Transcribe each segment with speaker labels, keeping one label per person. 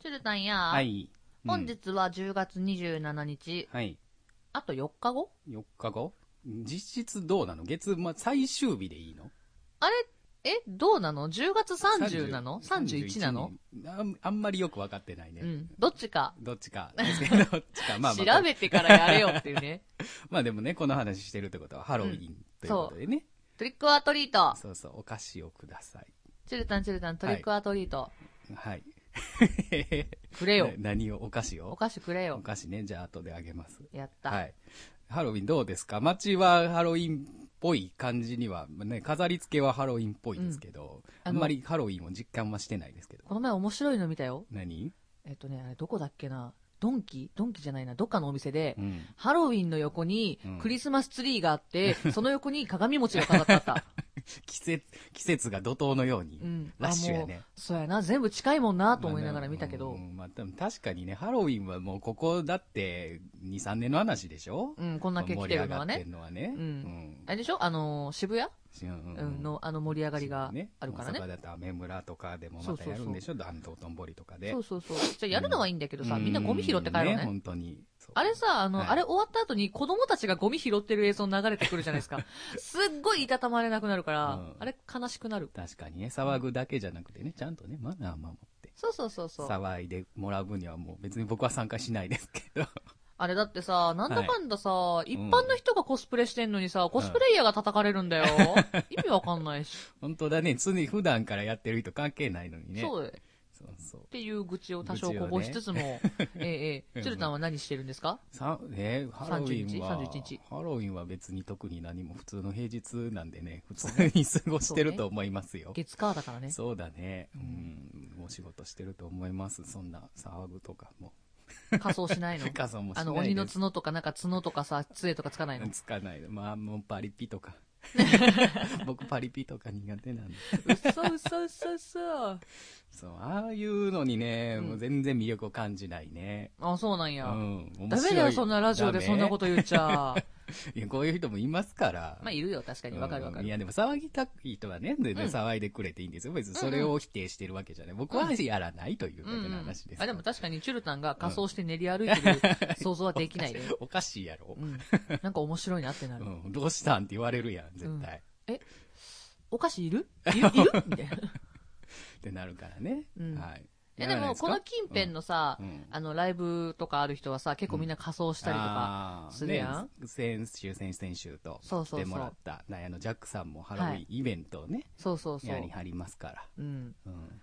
Speaker 1: チュルタンや、
Speaker 2: はい。うん
Speaker 1: 本日は10月27日、
Speaker 2: はい。
Speaker 1: あと4日後
Speaker 2: 4日後実質どうなの月、ま、最終日でいいの
Speaker 1: あれ、え、どうなの ?10 月30なの ?31 なの
Speaker 2: あんあんまりよく分かってないね。
Speaker 1: うん。どっちか。
Speaker 2: どっちかですけど、どっちか。まあまあ、
Speaker 1: 調べてからやれよっていう ね。
Speaker 2: まあでもね、この話してるってことはハロウィンということでね。
Speaker 1: トリックアトリート。
Speaker 2: そうそう、お菓子をください。
Speaker 1: チュルタンチュルタントリックアトリート。
Speaker 2: はい。
Speaker 1: くれよ
Speaker 2: な。何をお菓子を
Speaker 1: お菓子くれ
Speaker 2: お
Speaker 1: よ。
Speaker 2: 菓子ね、じゃあ後であげます。
Speaker 1: やった。
Speaker 2: はい。ハロウィンどうですか街はハロウィンっぽい感じには、ね、飾り付けはハロウィンっぽいですけど、
Speaker 1: うん
Speaker 2: あ
Speaker 1: あ
Speaker 2: ん
Speaker 1: の
Speaker 2: まりハロウィンを実感はしてないですけど。
Speaker 1: この前面白いの見たよ。
Speaker 2: 何
Speaker 1: えっとね、あれどこだっけな。ドンキドンキじゃないな。どっかのお店で
Speaker 2: う、ん。
Speaker 1: ハロウィンの横に
Speaker 2: うん
Speaker 1: クリスマスツリーがあって、その横に鏡餅が飾ってあった。
Speaker 2: 季節、季節が怒涛のように、
Speaker 1: うん。
Speaker 2: ラッシュや
Speaker 1: あも
Speaker 2: ね。
Speaker 1: うそうやな。全部近いもんなと思いながら見たけど。
Speaker 2: うんまあ、でも確かにね、ハロウィンはもうここだって2、3年の話でしょ
Speaker 1: うん、こんだけ来てるのは
Speaker 2: 盛り上がって
Speaker 1: ね
Speaker 2: ん。のはね。
Speaker 1: うんあれでしょあのー、渋谷、
Speaker 2: うん
Speaker 1: うんの、あの盛り上がりがあるからね
Speaker 2: 大阪。だと雨村とかでもまたやるんでしょ暖道とんぼりとかで。
Speaker 1: そうそうそう。じゃあやるのはいいんだけどさ、みんなゴミ拾って帰ろう
Speaker 2: うん
Speaker 1: ね。
Speaker 2: 本当に。そう
Speaker 1: あれさ、あの、
Speaker 2: はい
Speaker 1: あれ終わった後に子供たちがゴミ拾ってる映像流れてくるじゃないで すか。すっごいいたたまれなくなるから、
Speaker 2: うん
Speaker 1: あれ悲しくなる。
Speaker 2: 確かにね、騒ぐだけじゃなくてね、ちゃんとね、マナー守って。
Speaker 1: そうそうそうそう。
Speaker 2: 騒いでもらう分にはもう別に僕は参加しないですけど。
Speaker 1: あれだってさ、なんだかんださ、一般の人がコスプレしてんのにさ、コスプレイヤーが叩かれるん だよ。意味わかんないし。
Speaker 2: 本当だね、常に普段からやってる人関係ないのにね。
Speaker 1: そうっ
Speaker 2: そうそう。
Speaker 1: ていう愚痴を多少こぼしつつも、ええええ、チュルタンは何してるんですか
Speaker 2: さえーハロウィンは
Speaker 1: 31日
Speaker 2: ハロウィンは別に特に何も普通の平日なんでね、普通に過ごしてると思いますよ。
Speaker 1: 月火だから ね。
Speaker 2: そうだね。うん。お仕事してると思います。そんな騒ぐとかも。
Speaker 1: 仮装し ないの。
Speaker 2: 仮装もしな
Speaker 1: あ
Speaker 2: いで
Speaker 1: の、
Speaker 2: す
Speaker 1: 鬼の角とか、なんか角とかさ、杖とかつか ないの。
Speaker 2: つかないの。まあ、もうパリピとか。 僕パリピとか苦手なんで。
Speaker 1: 嘘嘘嘘嘘。
Speaker 2: そう、ああいうのにね、
Speaker 1: うん
Speaker 2: もう全然魅力を感じないね。
Speaker 1: あ、そうなん
Speaker 2: う
Speaker 1: や。
Speaker 2: ん。面
Speaker 1: ダ
Speaker 2: 白
Speaker 1: メ
Speaker 2: い。
Speaker 1: だよ、そんなラジオでそんなことと言っちゃ。
Speaker 2: いやこういう人もいますから。
Speaker 1: まあ、いるよ、確かに。わかるわか
Speaker 2: うんい
Speaker 1: る。
Speaker 2: や、でも騒ぎたい人はね、全然
Speaker 1: うん
Speaker 2: 騒いでくれていいんですよ。別にそれを否定してるわけじゃない。僕はやらないというだ
Speaker 1: うん
Speaker 2: け
Speaker 1: う
Speaker 2: の
Speaker 1: ん
Speaker 2: 話です。
Speaker 1: あでも確かにチュルタンが仮装して練り歩いてる 想像は できないね。
Speaker 2: おかしいやろ
Speaker 1: う。ん。なんか面白いなってな
Speaker 2: う
Speaker 1: る。
Speaker 2: ん。どうしたんって言われるやん、絶対。
Speaker 1: お菓子いるいるいるみたいな。
Speaker 2: ってなるからね。
Speaker 1: うん
Speaker 2: はい。
Speaker 1: え、でも、この近辺のさ
Speaker 2: うんうん、
Speaker 1: あの、ライブとかある人はさ、結構みんな仮装したりとか。
Speaker 2: あー
Speaker 1: するやん
Speaker 2: ね先週、先々週と
Speaker 1: そう
Speaker 2: 来
Speaker 1: そうそう
Speaker 2: てもらった、ねあのジャックさんもハロウィ
Speaker 1: は
Speaker 2: ン
Speaker 1: い
Speaker 2: イベントをね、
Speaker 1: そうそうそ
Speaker 2: やり
Speaker 1: う。
Speaker 2: はりますから。
Speaker 1: うん。
Speaker 2: うん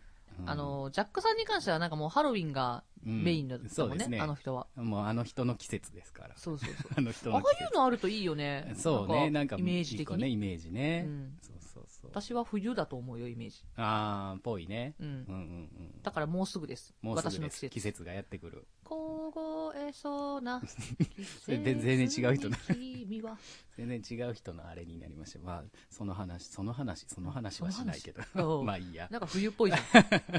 Speaker 1: あ、の、ジャックさんに関してはなんかもうハロウィンがメインだっ
Speaker 2: うん
Speaker 1: た
Speaker 2: そう
Speaker 1: もん
Speaker 2: です
Speaker 1: ね、
Speaker 2: ね。
Speaker 1: あの人は。
Speaker 2: もうあの人の季節ですから。
Speaker 1: そうそう そう。
Speaker 2: あの人
Speaker 1: ああ
Speaker 2: の季
Speaker 1: いうのあるといいよね。
Speaker 2: 節。そうね、なんか、
Speaker 1: イメージ的
Speaker 2: 一個ね、
Speaker 1: に。
Speaker 2: イメージね。
Speaker 1: うん
Speaker 2: そうそうそう。
Speaker 1: 私は冬だと思うよ、イメージ。
Speaker 2: あー、ぽいね。
Speaker 1: う
Speaker 2: うん
Speaker 1: ん。
Speaker 2: うんうん。
Speaker 1: だからもうすぐです。
Speaker 2: もうす
Speaker 1: 私
Speaker 2: ぐ
Speaker 1: の
Speaker 2: で
Speaker 1: 季
Speaker 2: す。
Speaker 1: 節。
Speaker 2: 季節がやってくる。
Speaker 1: 凍えそうな
Speaker 2: それ 全然違う人だ
Speaker 1: 君は。
Speaker 2: 全然違う人のあれになりました。まあ、その話、その話、その話はしないけ
Speaker 1: その
Speaker 2: ど。
Speaker 1: 話
Speaker 2: まあいいや。
Speaker 1: なんか冬っ ぽいじゃん。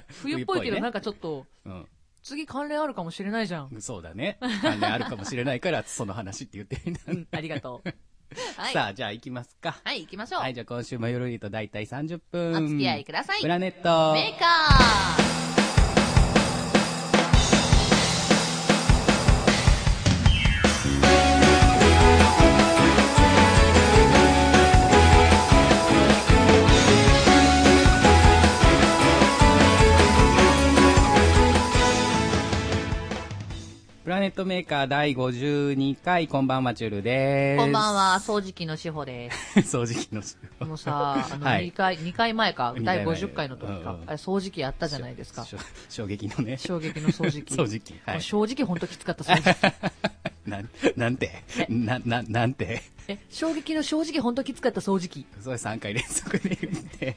Speaker 1: 冬っぽいけ
Speaker 2: 冬っぽいね
Speaker 1: どなんかちょっと、
Speaker 2: うん。
Speaker 1: 次関連あるかもしれないじゃん。
Speaker 2: そうだね。関連あるかもしれないから、その話って言ってみた。
Speaker 1: うん、ありが とう。はい。
Speaker 2: さあ、じゃあ行きますか。
Speaker 1: はい、行きましょう。
Speaker 2: はい、じゃあ今週もゆるりと大体30分。
Speaker 1: お付き合いください
Speaker 2: プラネット。
Speaker 1: メーカー
Speaker 2: プラネットメーカー第52回、こんばんは、ちゅるです。
Speaker 1: こんばん
Speaker 2: は。
Speaker 1: は、掃除機のしほです。
Speaker 2: 掃除機の仕
Speaker 1: この さ、あの、
Speaker 2: はい
Speaker 1: 2回、二回前か、
Speaker 2: 二回前
Speaker 1: 第50回の時
Speaker 2: う
Speaker 1: か
Speaker 2: んう、ん
Speaker 1: あれ掃除機やったじゃないですか。
Speaker 2: しょ衝撃のね。
Speaker 1: 衝撃の掃除機。
Speaker 2: 掃除機。は
Speaker 1: もう
Speaker 2: い。
Speaker 1: 正直ほんときつかった掃除 機。
Speaker 2: なん、なんてな、な、なんて
Speaker 1: え、衝撃の正直ほんときつかった掃除機。
Speaker 2: それ3回連続で言って、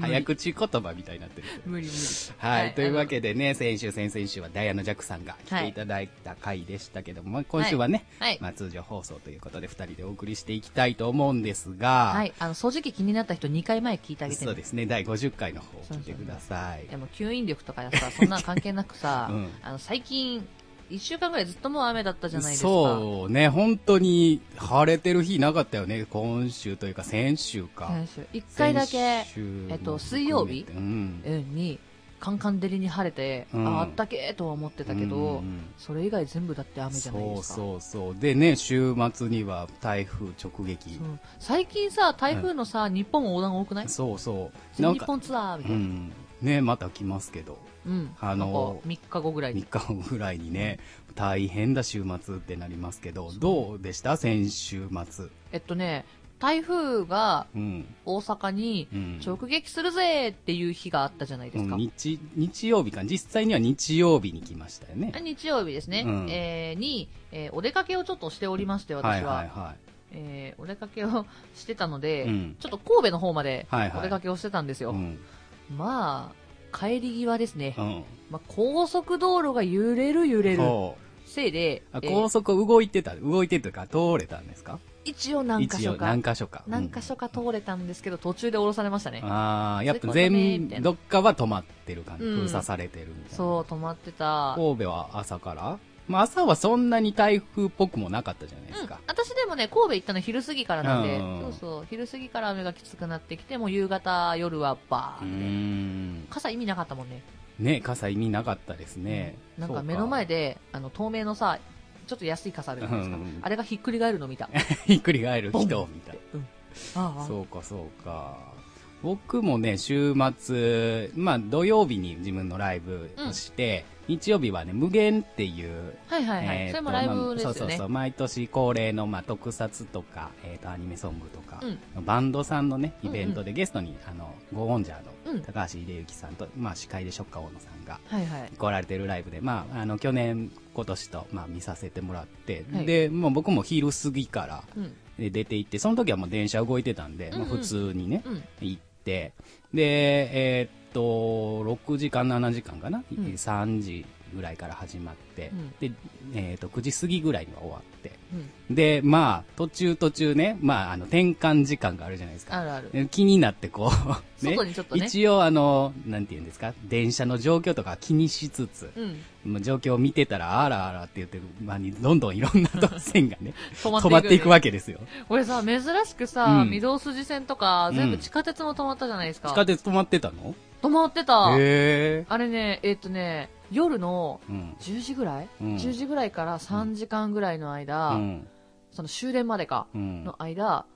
Speaker 2: 早口言葉みたいになってる。
Speaker 1: 無理無理。
Speaker 2: はい、というわ
Speaker 1: で。
Speaker 2: けでね、先週、先々週はダイアナ・ジャックさんが来ていただいた回でしたけども、まあ今週はね、
Speaker 1: はいはい
Speaker 2: まあ、通常放送ということで2人でお送りしていきたいと思うんですが、
Speaker 1: はい、あの、掃除機気になった人2回前聞いてあげてね
Speaker 2: そうですね、第50回の方を聞いてください。、
Speaker 1: でも吸引力とかさ、そんなん関係なくさ
Speaker 2: うん
Speaker 1: あの、最近、1週間ぐらいずっともう雨だったじゃないですか。
Speaker 2: そうね、本当に晴れてる日なかったよね、今週というか先週か。
Speaker 1: 先週。1回だけ
Speaker 2: 先、週も
Speaker 1: えっと、水曜日
Speaker 2: 含めてうん。
Speaker 1: に、カンカン照りに晴れて、
Speaker 2: うん
Speaker 1: ああったけーとは思ってたけど、
Speaker 2: うんうん
Speaker 1: それ以外全部だって雨じゃない
Speaker 2: そ
Speaker 1: で
Speaker 2: う
Speaker 1: すか。
Speaker 2: そうそう。でね、週末には台風直撃。
Speaker 1: うん最近さ、台風のさ、日本横断多くない
Speaker 2: そうそう。なん
Speaker 1: 日
Speaker 2: か、
Speaker 1: 本ツアーみ
Speaker 2: う
Speaker 1: たいな。
Speaker 2: ん。ね、また来ますけど。
Speaker 1: うん。
Speaker 2: あのー
Speaker 1: なんか3日後ぐらいに
Speaker 2: 3。日後ぐらいにね、大変だ週末ってなりますけど、どうでした先週末。
Speaker 1: えっとね、台風が
Speaker 2: うん。
Speaker 1: 大阪に
Speaker 2: うん。
Speaker 1: 直撃するぜーっていう日があったじゃないですか。
Speaker 2: うん日、日曜日か。実際には日曜日に来ましたよね。
Speaker 1: 日曜日ですね、
Speaker 2: うん
Speaker 1: えーに、えーお出かけをちょっとしておりまして、
Speaker 2: は
Speaker 1: 私
Speaker 2: い
Speaker 1: は、
Speaker 2: はいは
Speaker 1: えーお出かけをしてたので、
Speaker 2: い。うん。
Speaker 1: ちょっと神戸の方まで
Speaker 2: はいはい
Speaker 1: お出かけをしてたんですよ、
Speaker 2: うん。
Speaker 1: まあ、帰り際ですね、
Speaker 2: うん。
Speaker 1: まあ、高速道路が揺れる揺れる
Speaker 2: そう。
Speaker 1: せいで、
Speaker 2: あ
Speaker 1: えー
Speaker 2: 高速動いてた、動いてというか、通れたんですか
Speaker 1: 一応何箇
Speaker 2: 一
Speaker 1: 所
Speaker 2: 応
Speaker 1: か
Speaker 2: 何、箇所か。
Speaker 1: 何箇所か通れたんですけど、途中で降ろされましたね、
Speaker 2: ああ、やっぱ
Speaker 1: そういうことね
Speaker 2: 全
Speaker 1: みたい、な
Speaker 2: どっかは止まってる感じ。
Speaker 1: うん
Speaker 2: 封鎖されてるみたいな。
Speaker 1: そう、止まってた、
Speaker 2: 神戸は朝からまあ朝はそんなに台風っぽくもなかったじゃないですか
Speaker 1: うん。私でもね、神戸行ったの昼過ぎからなんで、
Speaker 2: うん
Speaker 1: そうそう、昼過ぎから雨がきつくなってきて、もう夕方、夜はバ
Speaker 2: う
Speaker 1: ー
Speaker 2: ー
Speaker 1: ン、
Speaker 2: ん。
Speaker 1: 傘意味なかったもんね。
Speaker 2: ね、傘意味なかったですね。
Speaker 1: なんか目の前
Speaker 2: で。
Speaker 1: で、あの、透明のさ、ちょっと安い傘あるじゃないですか。
Speaker 2: うん
Speaker 1: あれがひっくり返るの見た。あ
Speaker 2: ひっくり返る人みたいな。
Speaker 1: あ
Speaker 2: そうか、そうか。僕もね、週末、まあ土曜日に自分のライブをして、日曜日はね、無限っていう、
Speaker 1: はいはいはい。そ
Speaker 2: ー
Speaker 1: れ
Speaker 2: と
Speaker 1: もライブですよね。
Speaker 2: まあそうそうそう毎年恒例の、まあ、特撮とか、えー、とアニメソングとか、バンドさんのねイベントでゲストに、あのゴーオンジャー
Speaker 1: うん
Speaker 2: の高橋秀幸さんと、まあ、司会でショッカー大野さんが
Speaker 1: はいはい。
Speaker 2: 来られてるライブで、まあ、あの去年今年と、まあ、見させてもらって、
Speaker 1: はい
Speaker 2: でもう僕も昼過ぎから
Speaker 1: うん。
Speaker 2: で出て行ってその時はもう電車動いてたんで、まあ
Speaker 1: うんうん
Speaker 2: 普通にね、
Speaker 1: うん。
Speaker 2: 行ってでえーっと6時間7時間かな、
Speaker 1: ん
Speaker 2: 3時ぐらいから始まって、
Speaker 1: う
Speaker 2: で、えーっと9時過ぎぐらいには終わって
Speaker 1: うん。
Speaker 2: でまあ途中途中ね、まあ、あの転換時間があるじゃないですか
Speaker 1: あるある。
Speaker 2: で気になってこう、ね
Speaker 1: 外、にちょっとね。
Speaker 2: 一応あのなんて言うんですか電車の状況とか気にしつつ、
Speaker 1: うん。
Speaker 2: もう状況を見てたらあらあらって言ってる間にどんどんいろんなと線がね
Speaker 1: 止
Speaker 2: 止まっていくわ
Speaker 1: け。
Speaker 2: けですよ
Speaker 1: 俺さ、珍しくさ、
Speaker 2: うん
Speaker 1: 御堂筋線とか、全部地下鉄も止まったじゃないですか。
Speaker 2: 地下鉄止まってたの
Speaker 1: 止まってた。
Speaker 2: へえ
Speaker 1: あれね、えっとね、夜の
Speaker 2: うん
Speaker 1: 10時ぐらい、
Speaker 2: うん
Speaker 1: ?10 時ぐらいから3時間ぐらいの間、
Speaker 2: うん
Speaker 1: その終電までか、
Speaker 2: うん
Speaker 1: の間、